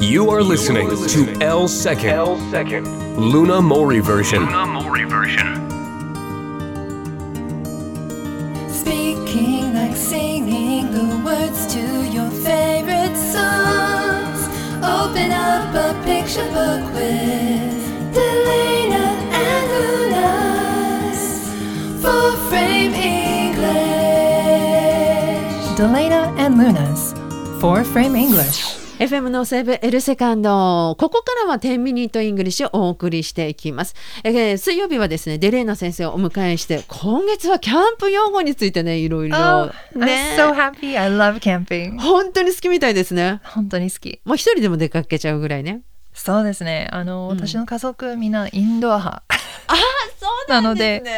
You are listening to L Second, L second. Luna Mori version. Luna Mori version. Speaking like singing the words to your favorite songs. Open up a picture book with Delana and Lunas full frame English. Delana and Lunas full frame English. FM のセーブ L セカンドここからは10ミニットイングリッシュをお送りしていきます、えー水曜日はですねデレーナ先生をお迎えして今月はキャンプ用語についてねいろいろ Oh, I'm ね so happy. I love camping. 本当に好きみたいですね本当に好き。もう一人でも出かけちゃうぐらいねそうですね。あの、うん私の家族みんなインドア派。そうなので、ね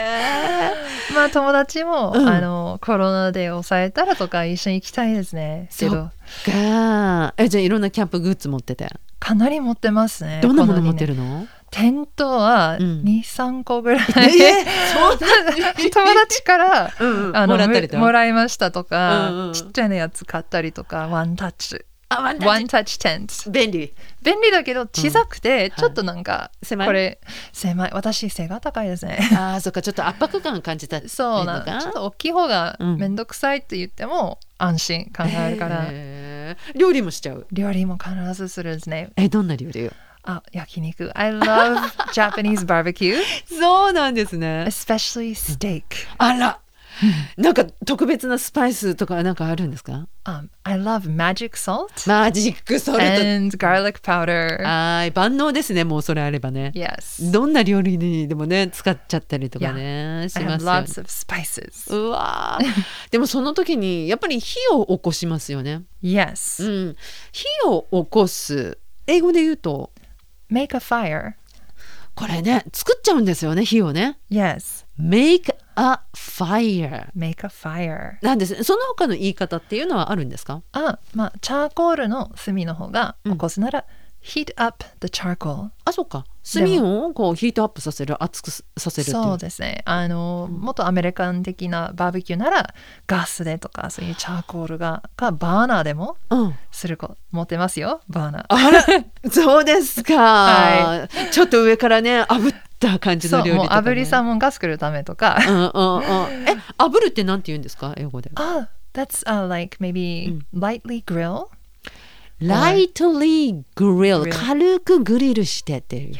まあ友達も、うんあのコロナで抑えたらとか一緒に行きたいですね。そけうどがえじゃあいろんなキャンプグッズ持っててかなり持ってますね。どんなもこの二持って年るのテントはうん2、3個ぐらい。そう な友達から。うんうんあのももらったりともらいましたとか、うんうんちっちゃなやつ買ったりとかワンタッチあワンタワッンチタッチテント便利便利だけど小さくて、ちょっとなんか、狭いこれ狭い私背が高いですねあーそっかちょっと圧迫感感じたりとかそうなんちょっと大きい方がうん面倒くさいって言っても安心考えるから、へー料理もしちゃう料理も必ずするんですねえどんな料理よあ焼肉 I love Japanese barbecue そうなんですね especially steak、あらなんか特別なスパイスとかなんかあるんですか um, I love magic salt マジックソルト and garlic powder はい万能ですねもうそれあればね yes どんな料理にでもね使っちゃったりとかねし I ま have すよ lots ね of spices うわーでもその時にやっぱり火を起こしますよね、 yes、うん、火を起こす英語で言うと make a fire これね作っちゃうんですよね火をね yes make a fire make a fire なんですねその他の言い方っていうのはあるんですかあ、まあ、チャーコールの炭の方が起こすなら、heat up the charcoal あそうか炭でをこうヒートアップさせる熱くすさせるっていうそうですねあのもっとアメリカン的なバーベキューならガスでとかそういうチャーコールがかバーナーでもうん、するこ持ってますよバーナーあら そうですか、はちょっと上からね炙った感じそのう料理もとうか、ね、炙りサーモンが作るためとか、うんうんうんえ炙るってなんて言うんですか英語であ that's、uh, like maybe lightly grill lightly grill grill 軽くグリルしてっていう yeah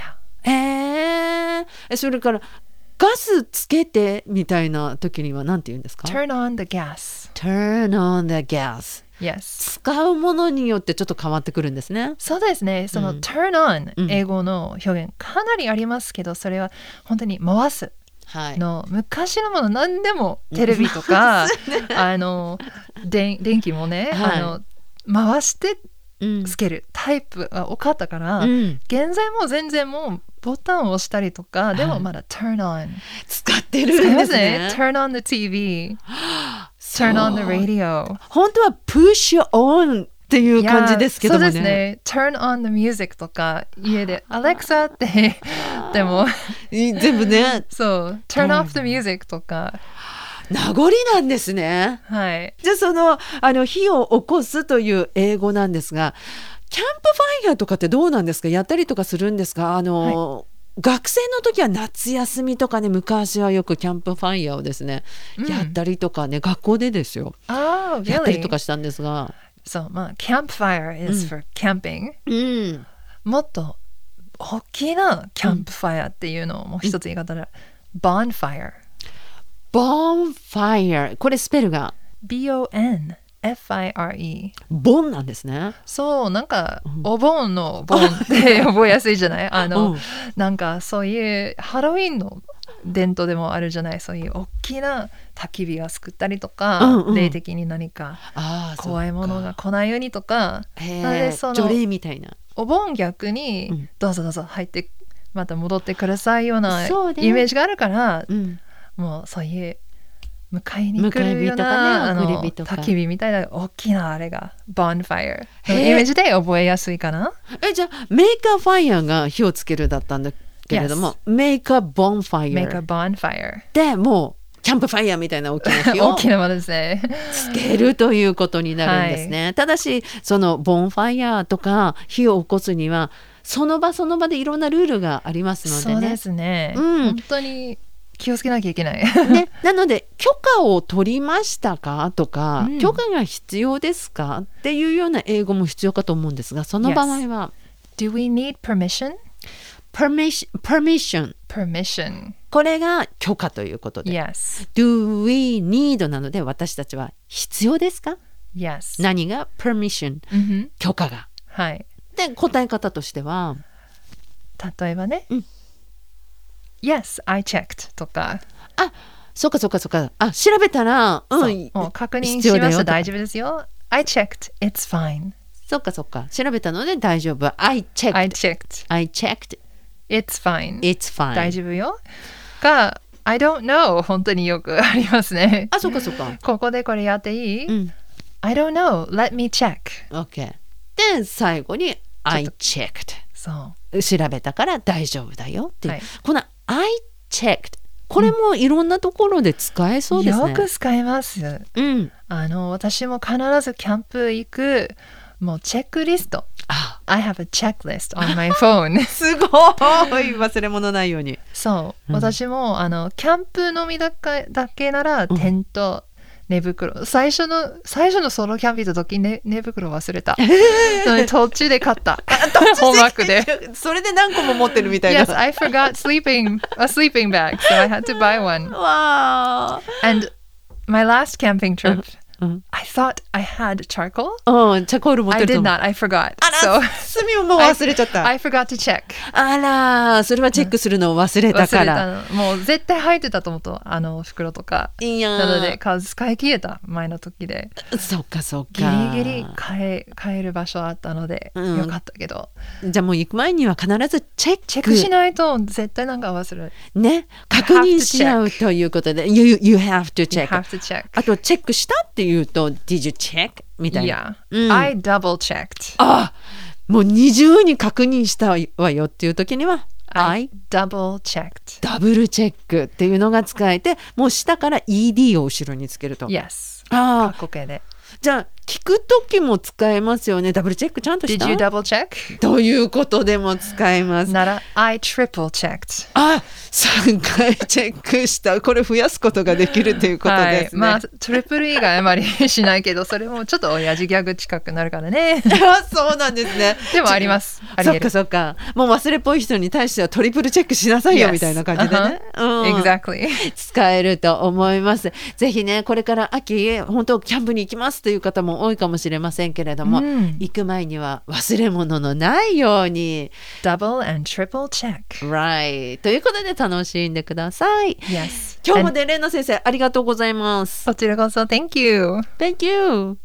えーえそれからガスつけてみたいな時にはなんて言うんですか turn on the gas turn on the gas yes 使うものによってちょっと変わってくるんですね。そうですねその、うん turn う on ん英語の表現かなりありますけどそれは本当に回すはい。の昔のもの何でもテレビと か、あの電電気もね、はあいの回してうんつけるタイプが多かったから、うん現在も全然もうボタンを押したりとかではもいまだ turn on 使って使るいんでますすねね。turn on the TV そう turn on the radio 本当は push on っていう感じですけどもいね。やそうですね turn on the music とか家で Alexa って でもい全部ね、 そう turn off the music とか名残なんですね。はいじゃあその、あの、火を起こすという英語なんですが、キャンプファイヤーとかってどうなんですかやったりとかするんですかあの、学生の時は夏休みとかね昔はよくキャンプファイヤーをですね、うんやったりとかね学校でですよ、ああ、やったり really? とかしたんですが、そうまあ campfire うん is for camping、うん、もっと大きなキャンプファイアっていうのをもう一つ言い方で、bonfire bonfire これスペルが B-O-N-F-I-R-E ボンなんですね。そうなんか、お盆の盆って覚えやすいじゃ ないあの、うんなんかそういうハロウィンの伝統でもあるじゃないそういう大きな焚き火が作ったりとか、うんうん霊的に何かああ怖いものが来ないようにとかなのへでえその除霊みたいな。お盆逆うにんどうぞどうぞ入ってまた戻ってくださいようなイそうねメージがあるからうん、もうそういう迎えに来るよう迎な、え火とかねあ送のり火とか焚き火みたいな大きなあれが bonfire のへえイメージで覚えやすいかなえじゃあメーカーファイヤーが火をつけるだったんだけれども、メーカーボンファイ make a ヤー bonfire でもうキャンプファイヤーみたいな大きな火を 大きなものですね。つけるということになるんですね、ただしそのボンファイヤーとか火を起こすにはその場その場でいろんなルールがありますそのうででねすね。うん本当に気をつけなきゃいけない。ね、なので許可を取りましたかとか、うん許可が必要ですかっていうような英語も必要かと思うんですがその場合は Do we need permission? permission, permission Permission. これが許可ということで、 Yes. do we need なので私たちは必要ですか Yes. 何が permission うん許可がはい。で答え方としては例えばね。うん Yes, I checked とか、あそうかそうかそうかあ調べたらうそんうもう確認必要しだまよしとたか大丈夫ですよ。I checked, it's fine. そうかそうか調べたので大丈夫 I checked I I, checked, checked it's fine. it's fine 大丈夫よ。が、I don't know 本当によくありますね。あそうかそ うかここでこれやっていい、うん ?I don't know, let me check. OK で最後に I checked そう。調べたから大丈夫だよっていう、はいこの I checked これもいろんなところで使えそうですね、よく使います。うんあの私も必ずキャンプ行くもうチェックリスト。あ I have a checklist on my phone. すごい忘れ物ないようにそう、私もあのキャンプのみだけだけならテント、寝袋最初の最初のソロキャンプ行った時、ね、寝袋忘れた。なので途中で買 った。ホームワークで。それで何個も持ってるみたいな Yes, I forgot sleeping a sleeping bag, so I had to buy one. わ And my last camping trip, うん I thought I had charcoal. あうんチャコール持って I ると did 思う not. I forgot. あら So 罪をもう忘れちゃった I forgot to check. あらそれはチェックするのを忘れた忘かれらたの。もう絶対入ってたと思ったあの袋とか。いやーなので数使い切れた前の時でそっかそっギかリギリ買え買える場所あったので、うんよかったけどじゃあもう行く前には必ずチェックチェックしないと絶対なんか忘れるね確認し合うということで you, you have to You check have to check あとチェックしたっていうと did you check みたいな Yeah、うん I double checked あもう二重に確認したわよっていう時には I double checked ダブルチェックっていうのが使えてもう下から ED を後ろにつけると Yes ああ過去形でじゃあ聞く時も使えますよねダブルチェックちゃんとした Did you double check? ということでも使えますなら I triple checked あ3回チェックしたこれ増やすことができるということですね、はい、まあトリプル以外あまりしないけどそれもちょっと親父ギャグ近くなるから ねあそうなんですね。でもありますありそえっかるそっか。もう忘れっぽい人に対してはトリプルチェックしなさいよ Yes みたいな感じでね。 Uh-huh. うん Exactly 使えると思います。ぜひね、これから秋、本当キャンプに行きますという方も多いかもしれませんけれども、うん行く前には忘れ物のないように。 double and triple check Right。ということで楽しんでください。 Yes 今日もね、レナ先生、ありがとうございます。こちらこそ Thank you Thank you!